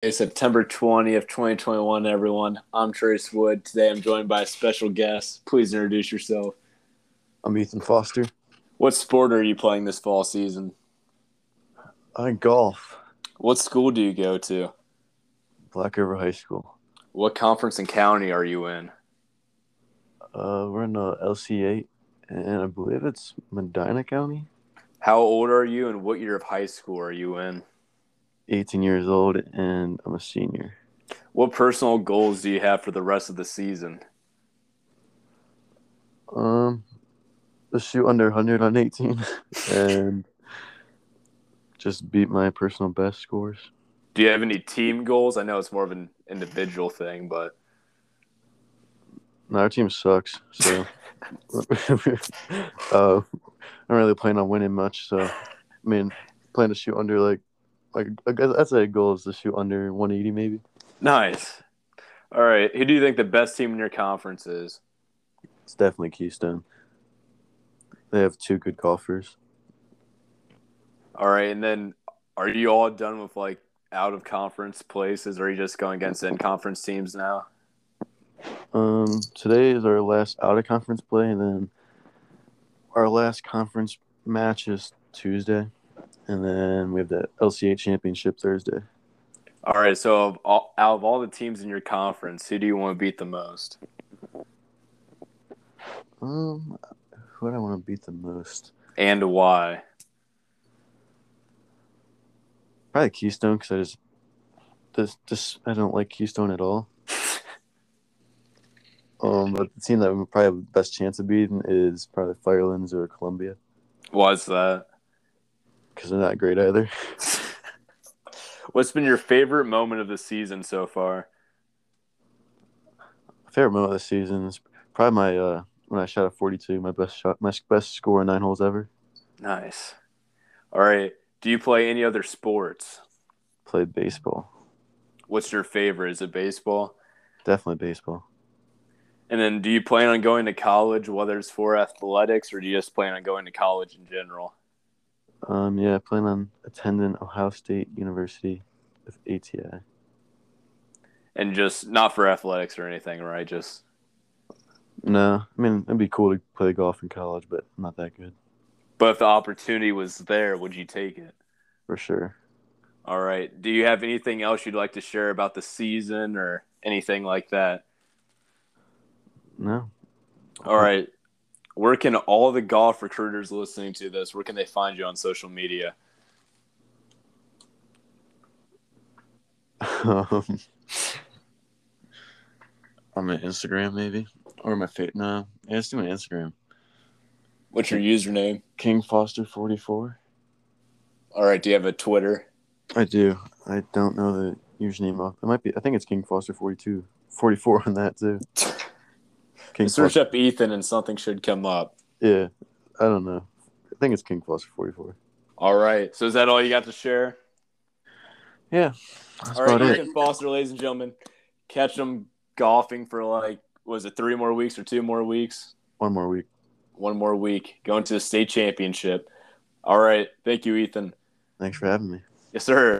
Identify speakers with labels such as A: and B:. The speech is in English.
A: Hey, September 20th, 2021, everyone. I'm Trace Wood. Today I'm joined by a special guest. Please introduce yourself.
B: I'm Ethan Foster.
A: What sport are you playing this fall season?
B: I golf.
A: What school do you go to?
B: Black River High School.
A: What conference and county are you in?
B: Uh, we're in uh, LC8, and I believe it's Medina County.
A: How old are you and what year of high school are you in?
B: 18 years old, and I'm a senior.
A: What personal goals do you have for the rest of the season?
B: Um, to shoot under 100 on 18, and just beat my personal best scores.
A: Do you have any team goals? I know it's more of an individual thing, but
B: No, our team sucks, so uh, I'm really planning on winning much. So, I mean, plan to shoot under like, like I guess that's a goal is to shoot under 180 maybe.
A: nice. All right. Who do you think the best team in your conference is?
B: It's definitely Keystone. They have two good golfers.
A: All right, and then are you all done with like out of conference places, or are you just going against in conference teams now?
B: Um, today is our last out of conference play, and then our last conference match is Tuesday, and then we have the LCA championship Thursday.
A: All right, so of all, out of all the teams in your conference, who do you want to beat the most?
B: Um, who do I want to beat the most?
A: And why?
B: Probably Keystone because I just, just, just I don't like Keystone at all. um, but the team that we probably have the best chance of beating is probably Firelands or Columbia
A: Why's that?
B: because they're not great either.
A: What's been your favorite moment of the season so far?
B: favorite moment of the season is probably my uh, when I shot a 42, my best shot, my best score in nine holes ever.
A: Nice. All right, do you play any other sports?
B: Played baseball,
A: What's your favorite? Is it baseball?
B: definitely baseball.
A: And then do you plan on going to college, whether it's for athletics or do you just plan on going to college in general?
B: Um, yeah, I plan on attending Ohio State University with ATI.
A: and just not for athletics or anything, right? Just
B: No, I mean it'd be cool to play golf in college, but I'm not that good
A: but if the opportunity was there, would you take it?
B: for sure.
A: All right. Do you have anything else you'd like to share about the season or anything like that?
B: No,
A: All right. Where can all the golf recruiters listening to this? Where can they find you on social media?
B: um, on my Instagram maybe or my fa- no, yeah, let's do my Instagram.
A: What's your username?
B: King Foster 44.
A: All right. Do you have a Twitter?
B: I do. I don't know the username off. It might be. I think it's King Foster 42, 44 on that too. King
A: Search
B: Foster.
A: up Ethan and something should come up.
B: Yeah, I don't know. I think it's King Foster 44.
A: All right. So is that all you got to share?
B: Yeah, that's
A: All right,
B: about it.
A: Ethan Foster, ladies and gentlemen, catch him golfing for like was it three more weeks or two more weeks?
B: One more week.
A: One more week, going to the state championship. All right, thank you, Ethan.
B: Thanks for having me.
A: Yes, sir.